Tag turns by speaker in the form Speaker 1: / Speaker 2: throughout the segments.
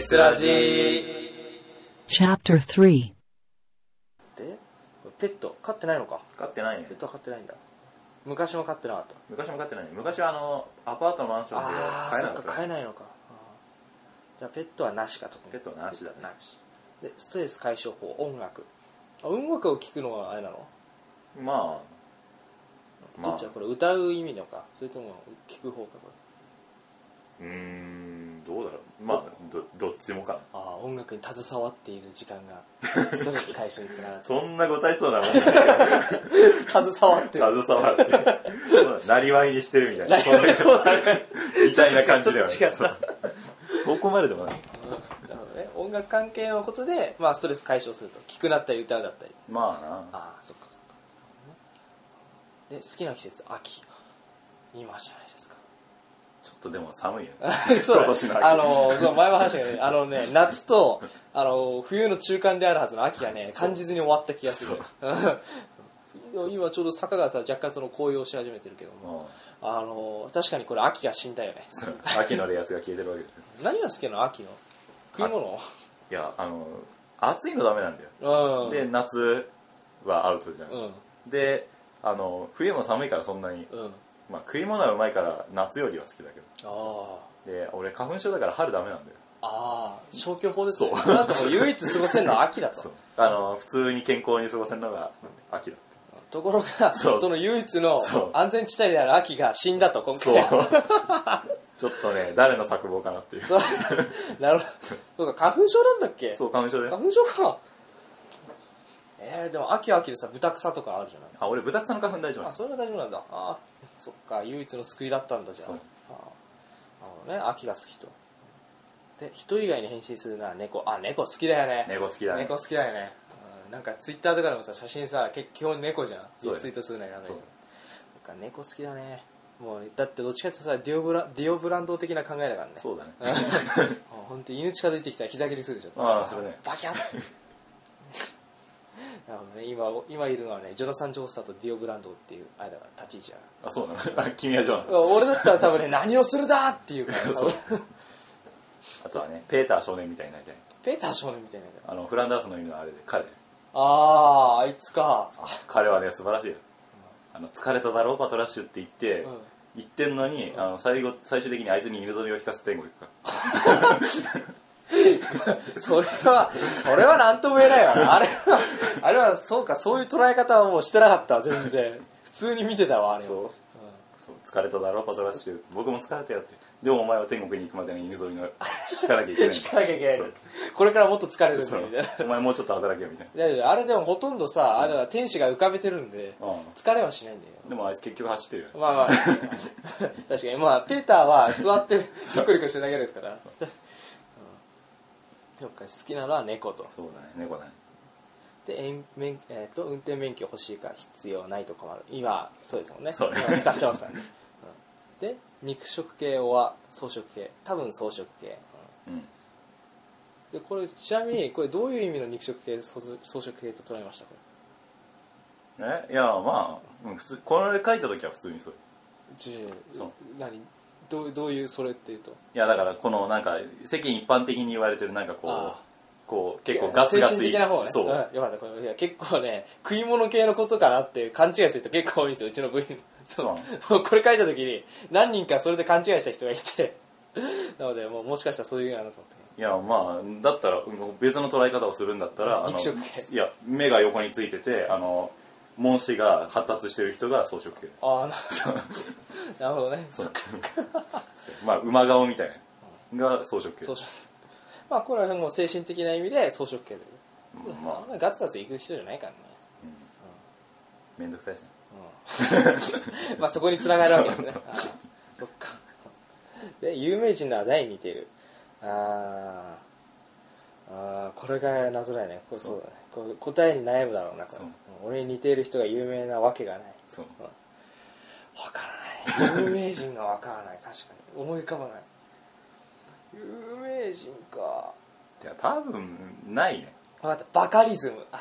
Speaker 1: スラジー
Speaker 2: Chapter 3
Speaker 3: でペット飼ってないのか
Speaker 1: 飼ってないね
Speaker 3: ペットは飼ってないんだ昔も飼ってなかった
Speaker 1: 昔も飼ってないね昔はあのアパートのマンションで
Speaker 3: ああ
Speaker 1: 飼え
Speaker 3: そ
Speaker 1: な
Speaker 3: っ
Speaker 1: か
Speaker 3: か
Speaker 1: った
Speaker 3: 飼えないのかあーじゃあペットはなしかと
Speaker 1: ペットはなしだね
Speaker 3: なしでストレス解消法音楽あ音楽を聴くのはあれなの、
Speaker 1: まあま
Speaker 3: ど
Speaker 1: あ
Speaker 3: っちだこれ歌う意味のかそれとも聴く方かこれ
Speaker 1: うーんどうだろうまあどどっちもかな
Speaker 3: ああ音楽に携わっている時間 がストレス解消につながる
Speaker 1: そんなご大層なもんじゃ ないか
Speaker 3: 携わってる
Speaker 1: ら携わってそうだなりわいにしてるみたいなそんな
Speaker 3: そうだね
Speaker 1: みたいな感じではない
Speaker 3: ちょっと違った
Speaker 1: そこまででもない
Speaker 3: なるほどね音楽関係のことで、まあ、ストレス解消すると聴くなったり歌うだったり
Speaker 1: まあ
Speaker 3: ああそっかそっかで好きな季節秋今じゃないですか
Speaker 1: なちょっとでも寒いよね
Speaker 3: そう
Speaker 1: 今年の秋
Speaker 3: あのそう前も話したけどねあ のね夏とあの冬の中間であるはずの秋がね感じずに終わった気がする うん今ちょうど坂がさ若干その紅葉し始めてるけども
Speaker 1: も
Speaker 3: あの確かにこれ秋が死んだよね
Speaker 1: うそう 秋のやつが消えてるわけですよ
Speaker 3: 何が好きなの秋の食い物
Speaker 1: いやあの暑いのダメなんだよ
Speaker 3: うん
Speaker 1: で夏はアウトじゃん、
Speaker 3: うん
Speaker 1: であの冬も寒いからそんなに、
Speaker 3: うん
Speaker 1: まあ、食い物はうまいから夏よりは好きだけ
Speaker 3: ああ
Speaker 1: どで俺花粉症だから春ダメなんだよ
Speaker 3: ああ消去法です
Speaker 1: そう
Speaker 3: その後も唯一過ごせるのは秋だ
Speaker 1: そう
Speaker 3: と
Speaker 1: あの普通に健康に過ごせるのが秋だっ
Speaker 3: ところが
Speaker 1: そ
Speaker 3: そうの唯一の
Speaker 1: そう
Speaker 3: 安全地帯である秋が死んだと今
Speaker 1: てそ
Speaker 3: 回
Speaker 1: うちょっとね誰の作望かなっていう
Speaker 3: そうなるほどそうか花粉症なんだっけ
Speaker 1: そう花粉症で
Speaker 3: 花粉症かえー、でも秋は秋でさ豚草とかあるじゃない
Speaker 1: あ俺豚草の花粉大丈夫な
Speaker 3: あ
Speaker 1: の
Speaker 3: それは大丈夫なんだあーそっか唯一の救いだったんだじゃあ
Speaker 1: そう
Speaker 3: あのね秋が好きとで人以外に変身するなら猫あ猫好きだよね
Speaker 1: 猫好きだね
Speaker 3: 猫好きだよね、うんなんかツイッターとかでもさ写真さ結基本猫じゃん
Speaker 1: そうだよ
Speaker 3: リツイートするの選んだり
Speaker 1: そ
Speaker 3: さ
Speaker 1: う
Speaker 3: なんか猫好きだねもうだってどっちかっていうとさディオブラディオブランド的な考えだからね
Speaker 1: そうだね
Speaker 3: 本当犬近づいてきたら膝蹴りするじゃん
Speaker 1: ああそれね
Speaker 3: バキャッ なるほどね今今いるのはねジョナサン・ジョースターとディオ・ブランドっていうあれだから立ち位置だ
Speaker 1: あそうなのあ君はジョナサ
Speaker 3: から俺だったら多分ね何をするだっていうから
Speaker 1: そう
Speaker 3: 多分
Speaker 1: ンあとはねペーター少年みたいになりたい
Speaker 3: ペーター少年みたいなやつ
Speaker 1: あのフランダースの意味のあれで彼
Speaker 3: あああいつか
Speaker 1: 彼はね素晴らしいよあの疲れただろうパトラッシュって言って、
Speaker 3: うん
Speaker 1: 言ってんのに、あの最後最終的にあいつに犬ぞりを引かせて天国行くから
Speaker 3: それはそれは何とも言えないわ なあれはあれはそうかそういう捉え方はもうしてなかった全然普通に見てたわあれは
Speaker 1: そうそう疲れただろパトラッシュ僕も疲れたよってでもお前は天国に行くまでに犬ぞりの引かなきゃいけない
Speaker 3: 聞かなきゃいけないこれからもっと疲れるん
Speaker 1: そ
Speaker 3: だ
Speaker 1: う
Speaker 3: みたい
Speaker 1: お
Speaker 3: な
Speaker 1: 前もうちょっと働けよみたい
Speaker 3: いやいやあれでもほとんどさあれは天使が浮かべてるんで
Speaker 1: な、うん、
Speaker 3: 疲れはしないんだよ
Speaker 1: でもあいつ結局走ってるよね
Speaker 3: まあ まあ確かにまあペーターは座ってニコニコしてるだけですからうん そっか好きなのは猫と
Speaker 1: そうだね猫だね
Speaker 3: でえん免、えー、と運転免許欲しいか必要ないと困る今そうですもんね
Speaker 1: そうね
Speaker 3: 今使ってますからね、うんで肉食系は草食系多分草食系、
Speaker 1: うん
Speaker 3: うんでこれちなみにこれどういう意味の肉食系草草食系と捉えましたこれ
Speaker 1: えいやまあ、うん、普通これ書いた時は普通にそう
Speaker 3: じゅ
Speaker 1: そう
Speaker 3: 何どうどういうそれっていうと
Speaker 1: いやだからこのなんか世間一般的に言われてるなんかこ
Speaker 3: あ
Speaker 1: うこう結構ガツガツ
Speaker 3: 精神的な方ね
Speaker 1: そう、
Speaker 3: んよかったこれいや結構ね食い物系のことかなって勘違いする人結構多いんですようちの部員
Speaker 1: そうなの
Speaker 3: そう これ書いた時に何人かそれで勘違いした人がいて なのでもうもしかしたらそういうのかなと思っ て
Speaker 1: いやまあだったらうん別の捉え方をするんだったら、あの
Speaker 3: 肉食系
Speaker 1: いや目が横についててあの問詞が発達してる人が草食系
Speaker 3: ああなるほどなるほどねそっか
Speaker 1: まあ馬顔みたいなのが草食系
Speaker 3: 草食まあこれはもう精神的な意味で草食系で、
Speaker 1: うん
Speaker 3: ま
Speaker 1: ま
Speaker 3: あ、ガツガツいく人じゃないからね
Speaker 1: あ面倒くさいしね
Speaker 3: うんまあそこにつながるわけですね。あーそっか。で、有名人なら誰に似てるあーあー、これが謎だよね。これそうだねこれ答えに悩むだろうな、これ
Speaker 1: そう
Speaker 3: 俺に似ている人が有名なわけがない。
Speaker 1: そう
Speaker 3: わからない。有名人がわからない。確かに。思い浮かばない。有名人か。
Speaker 1: いや多分ないね
Speaker 3: わかった。バカリズム。あ、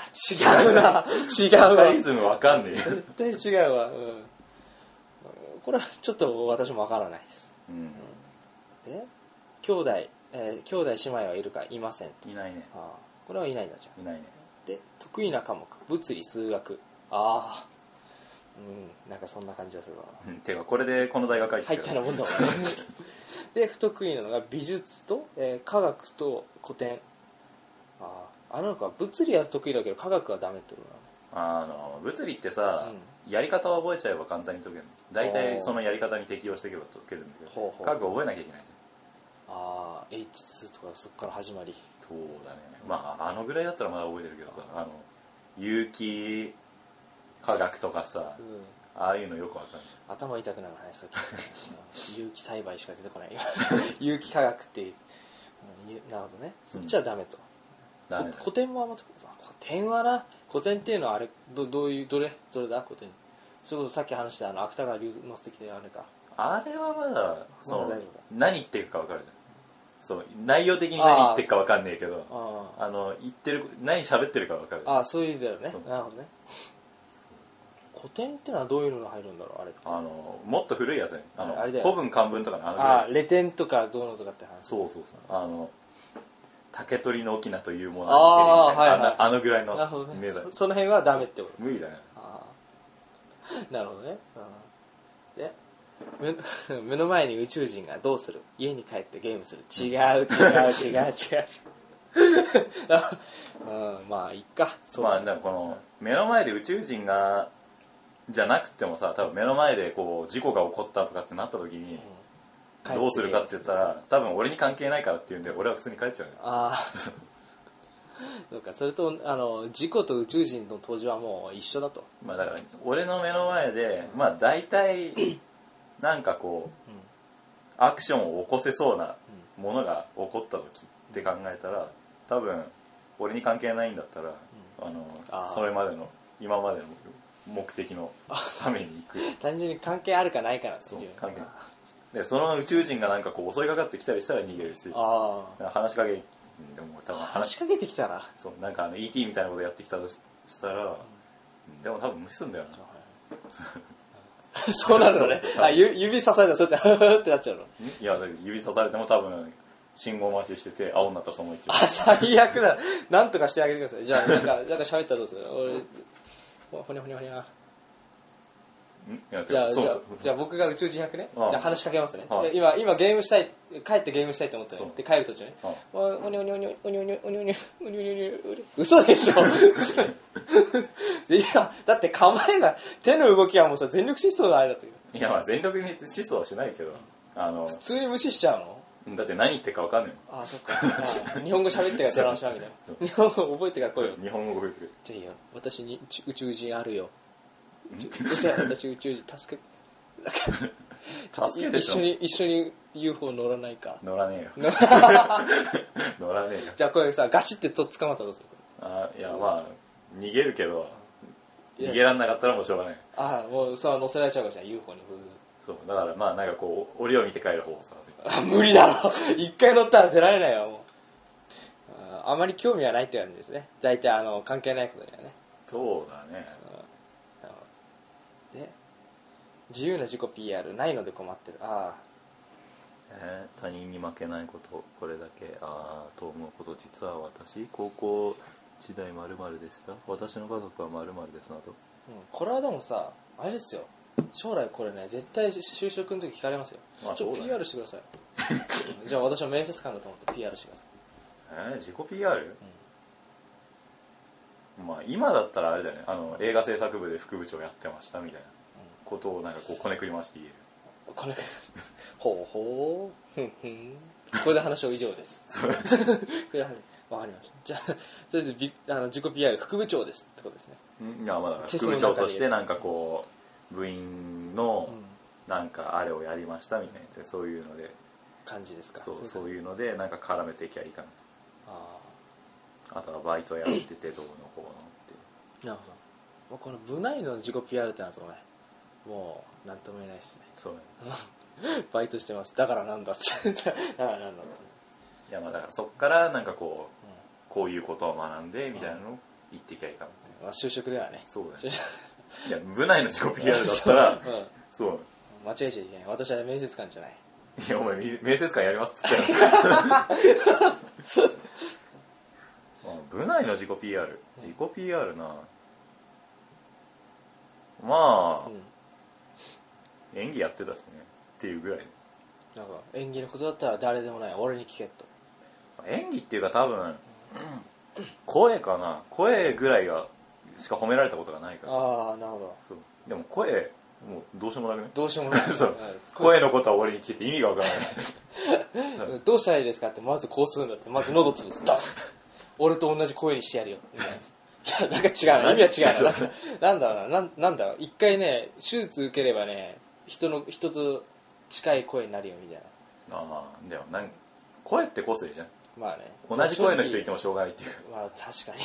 Speaker 3: 違うな。違う
Speaker 1: バ
Speaker 3: わ
Speaker 1: カ。リズムわか んねえよ、
Speaker 3: 絶対違うわ、うん、これはちょっと私もわからないです
Speaker 1: うん、
Speaker 3: え兄弟えー兄弟姉妹はいるかいませんと
Speaker 1: いないね
Speaker 3: あーこれはいないんだじゃん
Speaker 1: いないね
Speaker 3: で得意な科目物理数学ああうんなんかそんな感じがするわ
Speaker 1: うんてかこれでこの大学入って
Speaker 3: 入っ
Speaker 1: る
Speaker 3: たようなもんだもんね で不得意なのが美術と、えー科学と古典あああの子は物理は得意だけど科学はダメってことなの
Speaker 1: あの物理ってさ、やり方を覚えちゃえば簡単に解けるの大体そのやり方に適応していけば解けるんだけ
Speaker 3: ほ
Speaker 1: ど
Speaker 3: うほう
Speaker 1: 科学を覚えなきゃいけないじ
Speaker 3: ああ H2 とかそこから始まり
Speaker 1: ゃんそうだねまああのぐらいだったらまだ覚えてるけどさあの有機化学とかさ
Speaker 3: うん
Speaker 1: ああいうのよくわかんない
Speaker 3: 頭痛くなるねそう聞いて 有機栽培しか出てこない 有機化学っていううんゆなるほどねそっちはダメと、
Speaker 1: ダメ
Speaker 3: こ
Speaker 1: だよ
Speaker 3: 古典もあんま得あ古典はな古典っていうのはあれどどういうどれどれだ古典それこそさっき話したあの芥川龍之介であれか
Speaker 1: あれはまだそ
Speaker 3: まだ
Speaker 1: の
Speaker 3: 大丈夫だ
Speaker 1: 何言ってるかわかるじゃんそう内容的に何言ってるかわかんねえけど
Speaker 3: あ
Speaker 1: あの言ってる何喋ってるかわかる
Speaker 3: ああそういうんだよね
Speaker 1: そう
Speaker 3: なるほどね古典ってのはどういうのが入るんだろうあれって
Speaker 1: あのもっと古いやつねあの
Speaker 3: あれだよ
Speaker 1: 古文漢文とかのあのぐらい
Speaker 3: ああレテンとかどうのとかって話
Speaker 1: そうそうそうあの竹取の翁というもの
Speaker 3: あー
Speaker 1: に似てるみた
Speaker 3: はいはい
Speaker 1: なあのあのぐらいの
Speaker 3: なるほどね
Speaker 1: 値段
Speaker 3: そその辺はダメってこと
Speaker 1: 無理だね
Speaker 3: ああなるほどね、うんで目目の 前に宇宙人がどうする家に帰ってゲームする違 う 違う違う違うあうんまあいっかそう
Speaker 1: ま
Speaker 3: だ
Speaker 1: あ
Speaker 3: ね、
Speaker 1: でもこの目の前で宇宙人がじゃなくてもさ多分目の前でこう事故が起こったとかってなった時に
Speaker 3: 帰て
Speaker 1: どうするかって言った
Speaker 3: ゲームする
Speaker 1: ら多分俺に関係ないからっていうんで俺は普通に帰っちゃうね
Speaker 3: ああそうかそれとあの事故と宇宙人の登場はもう一緒だと、
Speaker 1: まあだから俺の目の前でまあ大体なんかこう
Speaker 3: うん
Speaker 1: アクションを起こせそうなものが起こった時って考えたら多分俺に関係ないんだったら、あの
Speaker 3: あー
Speaker 1: それまでの今までの目的のために行 く
Speaker 3: 単純に関係あるかないかなんです
Speaker 1: そう
Speaker 3: よ
Speaker 1: 関係ない
Speaker 3: あ
Speaker 1: でその宇宙人がなんかこう襲いかかってきたりしたら逃げるし
Speaker 3: あ
Speaker 1: 話しかけでも多分
Speaker 3: 話
Speaker 1: 話
Speaker 3: しかけてきたら
Speaker 1: そうなんかあの ET みたいなことやってきたとししたら、でも多分無視すんだよな
Speaker 3: そうなるのね
Speaker 1: そうそう。そう
Speaker 3: あ、ゆ指さされたらそうやって、 ふふってなっちゃうの。
Speaker 1: いやだけど指さされても多分信号待ちしてて青になったらその一
Speaker 3: あ
Speaker 1: 番、
Speaker 3: 最悪だ。なんとかしてあげてください。じゃあ、なんか、なんか喋ったらどうする俺、ほにゃほにゃほに
Speaker 1: んい
Speaker 3: ゃ。
Speaker 1: や
Speaker 3: じゃあ、
Speaker 1: そう
Speaker 3: じゃ
Speaker 1: そ
Speaker 3: あ
Speaker 1: う、
Speaker 3: じゃあ僕が宇宙人役ね。じ
Speaker 1: ああ
Speaker 3: ゃあ話しかけますね
Speaker 1: は。い
Speaker 3: で今、今ゲームしたい、帰ってゲームしたいと思って
Speaker 1: そう
Speaker 3: ね。で、帰る途中ね。
Speaker 1: あ
Speaker 3: おおにおにおにおにおにおにおにおにおにおにおに嘘でしょいや、だって構えが、手の動きはもうさ、全力疾走のあれだという。
Speaker 1: いやまあ全力に疾走はしないけどあの
Speaker 3: 普通に無視しちゃうの
Speaker 1: だって何言ってるか分かんない
Speaker 3: ああそっかああ日本語喋ってから出直しなみたいな日本語覚えてから来いよ
Speaker 1: もん日本語覚えてる
Speaker 3: じゃあいいよ私にち宇宙人あるよ嘘や私宇宙人助け
Speaker 1: 助け
Speaker 3: て
Speaker 1: で
Speaker 3: 一
Speaker 1: し
Speaker 3: 緒
Speaker 1: ょ
Speaker 3: に一緒に UFO 乗らないか
Speaker 1: 乗らねえよ乗らねえよ
Speaker 3: じゃあこれさガシってと捕まったらどうす
Speaker 1: あいやまあ逃げるけど
Speaker 3: る
Speaker 1: 逃げらんなかったらもうしょうがない
Speaker 3: ああもうさ乗せられちゃうかもしれない UFO にふう
Speaker 1: そうだからまあなんかこう折を見て帰る方を探せば
Speaker 3: あ無理だろ一回乗ったら出られないわもうあああまり興味はないって感じですね大体あの関係ないことにはね
Speaker 1: そうだね
Speaker 3: あので自由な自己 PR ないので困ってるああ
Speaker 1: えー他人に負けないことこれだけああと思うこと実は私高校時代まるでした私の家族はまるですなど
Speaker 3: うんこれはでもさあれですよ将来これね絶対就職の時聞かれますよ、
Speaker 1: まあ
Speaker 3: ちょ
Speaker 1: そう
Speaker 3: っと
Speaker 1: だね
Speaker 3: PR してく ださいじゃあ私は面接官だと思って PR してください
Speaker 1: えー自己 PR、まあ今だったらあれだよねあの映画制作部で副部長やってましたみたいなことをなんかこうこねくり回して言える
Speaker 3: これほうほうふんふんこれで話を以上ですこれで話わかりましたじゃあとりあえずびあの自己 PR 副部長ですってことですね
Speaker 1: うんいやまあだから
Speaker 3: テ
Speaker 1: 副
Speaker 3: ストの
Speaker 1: 部
Speaker 3: 中
Speaker 1: 長
Speaker 3: で
Speaker 1: としてなんかこう部員のなんかあれをやりましたみたいなやつそういうので
Speaker 3: 感じですか
Speaker 1: そうそう
Speaker 3: う
Speaker 1: いうのでなんか絡めていきゃいいかな
Speaker 3: あ
Speaker 1: とあとはバイトやっててどうのこうのって
Speaker 3: あなるほどこの部内の自己 PR ってなるとねもうなんとも言えないですね
Speaker 1: そうね
Speaker 3: バイトしてますだからなんだって だからなんだって
Speaker 1: いやまあだからそっからなんかこうこういうことを学んでみたいなのを言っていきゃいいかなって
Speaker 3: まあ、就職ではね
Speaker 1: そうだ
Speaker 3: 就
Speaker 1: ね
Speaker 3: 職
Speaker 1: いや部内の自己 PR だったら
Speaker 3: うん
Speaker 1: そう
Speaker 3: 間違えちゃいけない私は面接官じゃない
Speaker 1: いやお前み面接官やりますっつったよあ部内の自己 PR 自己 PR なまあ、
Speaker 3: うん
Speaker 1: 演技やってたしねっていうぐらい
Speaker 3: なんか演技のことだったら誰でもない俺に聞けと
Speaker 1: 演技っていうか多分声かな声ぐらいがしか褒められたことがないから
Speaker 3: ああなるほど
Speaker 1: そうでも声もうどうしようもなくね
Speaker 3: どうしようもない
Speaker 1: そう
Speaker 3: うん
Speaker 1: 声のことは俺に聞いて意味がわからない
Speaker 3: うんどうしたらいいですかってまずこうするんだってまず喉潰すドン俺と同じ声にしてやるよみたいないや なんか違うな意味は違うななんだろうななんなんだろう一回ね手術受ければね人の人と近い声になるよみたいな
Speaker 1: ああでもなん声って個性じゃん
Speaker 3: まあね
Speaker 1: 同じ声の人いて
Speaker 3: も
Speaker 1: もしょうがないっていうか
Speaker 3: まあ確かに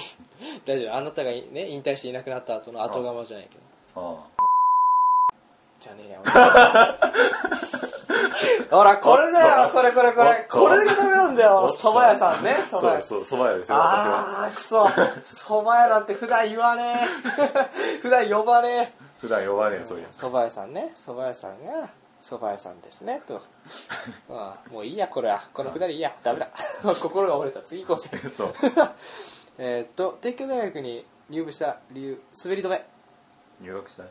Speaker 3: 大丈夫あなたがね引退していなくなった後の後釜じゃないけど
Speaker 1: あ
Speaker 3: じゃねえよほらこれだよこれこれこれこれがダメなんだよ蕎麦屋さんね
Speaker 1: あ
Speaker 3: 蕎麦
Speaker 1: そ
Speaker 3: 屋
Speaker 1: うそうそば屋ですよ私は
Speaker 3: あーくそ蕎麦屋なんて普段言わねえ普段呼ばね
Speaker 1: 普段呼ばねえ
Speaker 3: え
Speaker 1: よそういうやつ
Speaker 3: 蕎麦屋さんね蕎麦屋さんが蕎麦屋さんですねとまあもういいやこれはこのくだりいいやダメだ心が折れた次行こうぜ
Speaker 1: そう
Speaker 3: えーっと帝京大学に入部した理由滑り止め
Speaker 1: 入学したね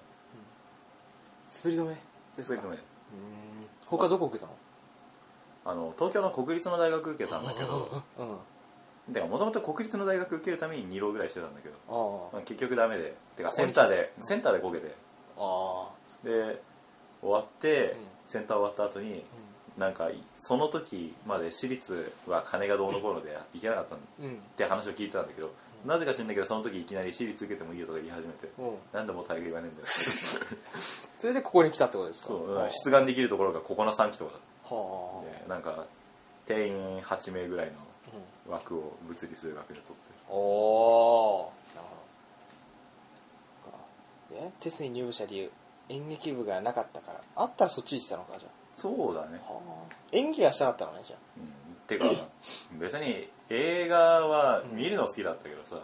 Speaker 3: 滑り止めです
Speaker 1: そ
Speaker 3: か
Speaker 1: れともね
Speaker 3: うーん他どこ受けたの
Speaker 1: あの東京の国立の大学受けたんだけど
Speaker 3: うんあ
Speaker 1: でもともと国立の大学受けるために2浪ぐらいしてたんだけど、
Speaker 3: あ
Speaker 1: まあ、結局ダメでてかセンターでセンターでこけて
Speaker 3: あ
Speaker 1: で終わって、
Speaker 3: うん
Speaker 1: センター終わった後になんかその時まで私立は金がどうのこうので行けなかったん
Speaker 3: うんうん
Speaker 1: って話を聞いてたんだけど、なぜか知んないけどその時いきなり私立受けてもいいよとか言い始めて、
Speaker 3: うん
Speaker 1: なんでもう大概言わねえんだよ
Speaker 3: それでここに来たってことです か
Speaker 1: そうだか
Speaker 3: ああ
Speaker 1: ら出願できるところがここの3期とかだ
Speaker 3: は
Speaker 1: っ
Speaker 3: あ
Speaker 1: たんでなんか定員8名ぐらい
Speaker 3: うん
Speaker 1: の枠を物理数学で取って
Speaker 3: おーなるほどねテスに入部した理由演劇部がなかったからあったらそっち行ってたのかじゃ
Speaker 1: そうだね
Speaker 3: あ、演技がしたかったのねじゃあ
Speaker 1: うん、てか別に映画は見るの好きだったけどさ、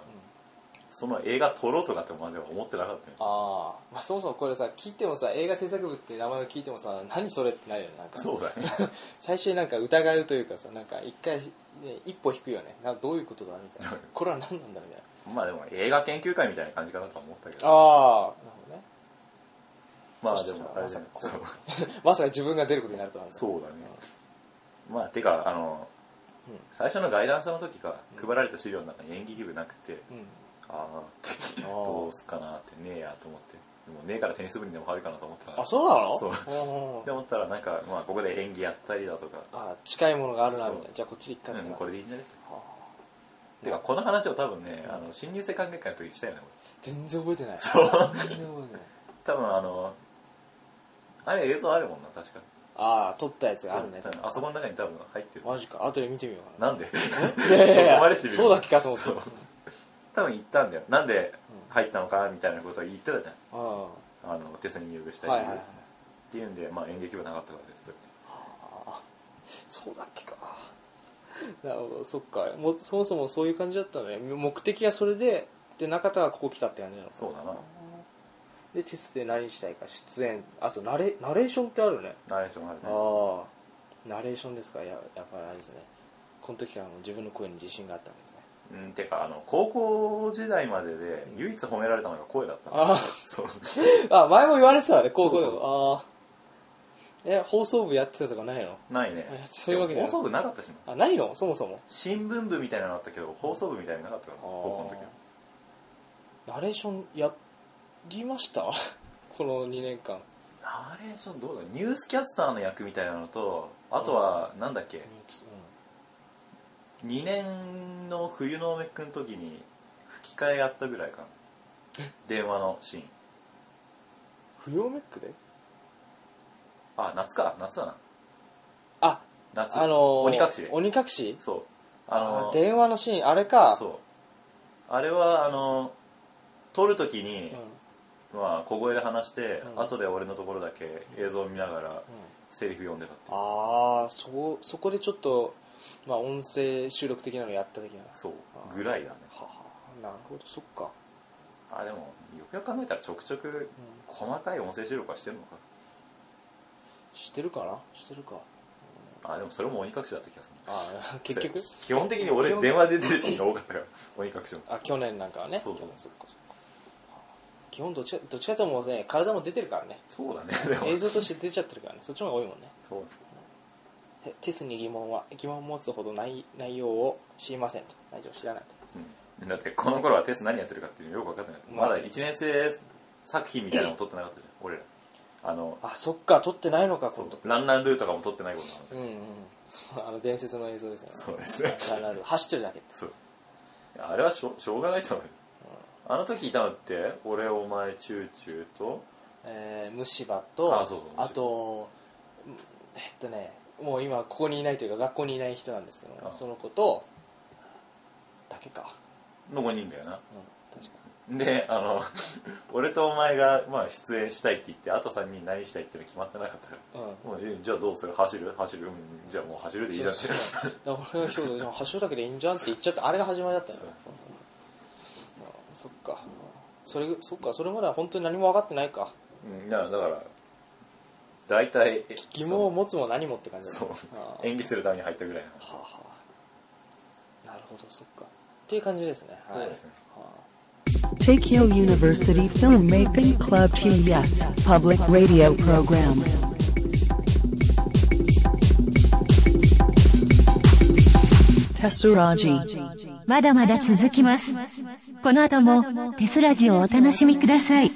Speaker 1: その映画撮ろうとかってまでは思ってなかったよ
Speaker 3: ああまあそもそもこれさ聞いてもさ映画制作部って名前を聞いてもさ何それってなるよねなんか
Speaker 1: そうだね
Speaker 3: 最初になんか疑うというかさなんか一回、ね、一歩引くよねなどういうことだみたいなこれは何なんだみたいな
Speaker 1: まあでも映画研究会みたいな感じかなとは思ったけど
Speaker 3: ああなるほどね
Speaker 1: まあ
Speaker 3: そし
Speaker 1: で
Speaker 3: たら
Speaker 1: もあれだね
Speaker 3: まさ
Speaker 1: そ
Speaker 3: か
Speaker 1: う
Speaker 3: こまさか自分が出ることになるとはね
Speaker 1: そうだねまあてかあの、
Speaker 3: うん
Speaker 1: 最初のガイダンスの時か
Speaker 3: うん
Speaker 1: 配られた資料の中に演技器具なくて、
Speaker 3: うん
Speaker 1: ああって
Speaker 3: あー
Speaker 1: どうすっかなってねえやと思ってでもねえからテニス部にでも入るかなと思ったら
Speaker 3: あそうなの
Speaker 1: そう
Speaker 3: おー
Speaker 1: って思ったらなんか、まあ、ここで演技やったりだとか、
Speaker 3: あ近いものがあるなみたい
Speaker 1: そ
Speaker 3: なじゃあこっちで一
Speaker 1: うん
Speaker 3: 回、
Speaker 1: もうこれでいいんじゃね
Speaker 3: は
Speaker 1: ってかこの話を多分ねあの新入生歓迎会の時にしたよね
Speaker 3: 全然覚えてない
Speaker 1: そう
Speaker 3: 全然覚えてない
Speaker 1: 俺多分あのあれ映像あるもんな確か
Speaker 3: ああ撮ったやつがあるね
Speaker 1: そう多分あそこの中に多分入ってる
Speaker 3: マジか後で見てみようか
Speaker 1: なんで
Speaker 3: ないやいやいや
Speaker 1: そこまでしてみる
Speaker 3: そうだっけかと思った
Speaker 1: そう多分言ったんだよなんで入ったのかみたいなことを言ってたじゃん
Speaker 3: うんは
Speaker 1: あの手先に入部し
Speaker 3: い
Speaker 1: たり、
Speaker 3: はいはい
Speaker 1: っていうんで、まあ、演劇部なかったからですとか言って
Speaker 3: そうだっけかなるほどそっかもそもそもそういう感じだったのね目的はそれでで中田がここ来たって感じなの
Speaker 1: そうだな
Speaker 3: でテストで何したいか出演あとナレナレーションってあるね
Speaker 1: ナレーションあるね
Speaker 3: ああナレーションですかややっぱりあれですねこの時からもう自分の声に自信があったんですね
Speaker 1: うんてかあの高校時代までで唯一褒められたのが声だったの
Speaker 3: あ
Speaker 1: そう
Speaker 3: あ前も言われてたね高校でも
Speaker 1: そう
Speaker 3: ああえ放送部やってたとかないの
Speaker 1: ないね
Speaker 3: あ そういうわけじゃない
Speaker 1: でも放送部なかったしな
Speaker 3: あないのそもそも
Speaker 1: 新聞部みたいなのあったけど放送部みたいなのなかったから
Speaker 3: あ
Speaker 1: 高
Speaker 3: ー
Speaker 1: 校の時は
Speaker 3: ナレーションやりました この2年間
Speaker 1: ナレーションどうだニュースキャスターの役みたいなのとあとはなんだっけ、2年の冬のおめくん時に吹き替えやったぐらいかな電話のシーン
Speaker 3: 不要メックで
Speaker 1: あ夏か夏だな
Speaker 3: あ
Speaker 1: 夏
Speaker 3: あのー、
Speaker 1: 鬼隠しで
Speaker 3: 鬼隠し
Speaker 1: そうあの
Speaker 3: あ
Speaker 1: ー
Speaker 3: 電話のシーンあれか
Speaker 1: そうあれはあのー撮る時に、
Speaker 3: うん、うん
Speaker 1: まあ小声で話して、
Speaker 3: うん
Speaker 1: 後で俺のところだけ映像を見ながらセリフ読んでたっていう
Speaker 3: ああそそこでちょっと、まあ、音声収録的なのやった的なは
Speaker 1: そうぐらいだね
Speaker 3: あなるほどそっか、
Speaker 1: あでもよくよく考えたらちょくちょく
Speaker 3: うん
Speaker 1: 細かい音声収録はしてるのか
Speaker 3: してるかなしてるか
Speaker 1: あでもそれも鬼隠しだった気がする
Speaker 3: あー 結局
Speaker 1: せ基本的に俺電話で出てるシーンが多かったから 鬼隠しも
Speaker 3: あ去年なんかはね
Speaker 1: そうそう
Speaker 3: 去年そっかそっか基本どっちかどっちかというともうね体も出てるからね
Speaker 1: そうだねでも
Speaker 3: 映像として出ちゃってるからねそっちの方が多いもんね
Speaker 1: そう
Speaker 3: えテスに疑問は疑問を持つほど内内容を知りませんと内容を知らないと
Speaker 1: うんだってこの頃はテス何やってるかっていうのよく分かってない、
Speaker 3: まあ
Speaker 1: まだ1年生作品みたいなの撮ってなかったじゃん俺らあの
Speaker 3: あそっか撮ってないのか今度
Speaker 1: ランランルーとかも撮ってないことなので
Speaker 3: うんうんそうあの伝説の映像ですよね
Speaker 1: そうですね
Speaker 3: なるほど走ってるだけ
Speaker 1: そういやあれはしょしょうがないと思うよあの時いたのって俺お前チューチューと
Speaker 3: えー、虫歯と
Speaker 1: あそうそう
Speaker 3: あとうんえっとねもう今ここにいないというか学校にいない人なんですけども
Speaker 1: あ
Speaker 3: その子とだけか、
Speaker 1: の5人だよな
Speaker 3: うん、確か
Speaker 1: であの 俺とお前が、まあ、出演したいって言ってあと3人何したいっての決まってなかったか
Speaker 3: にう
Speaker 1: ら
Speaker 3: ん
Speaker 1: もうえじゃあどうする走る走る、うん、じゃあもう走るでいいじゃんって
Speaker 3: そうそうだから俺がそうだじゃあ走るだけでいいんじゃんって言っちゃったあれが始まりだったのよ
Speaker 1: そ
Speaker 3: あそっかそれそっかそれまでは本当に何も分かってないか
Speaker 1: うんだからだから大体
Speaker 3: 疑問を持つも何もって感じだね
Speaker 1: そう
Speaker 3: あー
Speaker 1: 演技するために入ったぐらい
Speaker 3: はあはあなるほどそっかっていう感じですね
Speaker 1: の、
Speaker 3: はい
Speaker 1: そうですね
Speaker 3: はあ
Speaker 2: Tokyo University Filmmaking Club TES Public Radio Program. Tessuraji.
Speaker 4: まだまだ続きます。この後もテスラジをお楽しみください。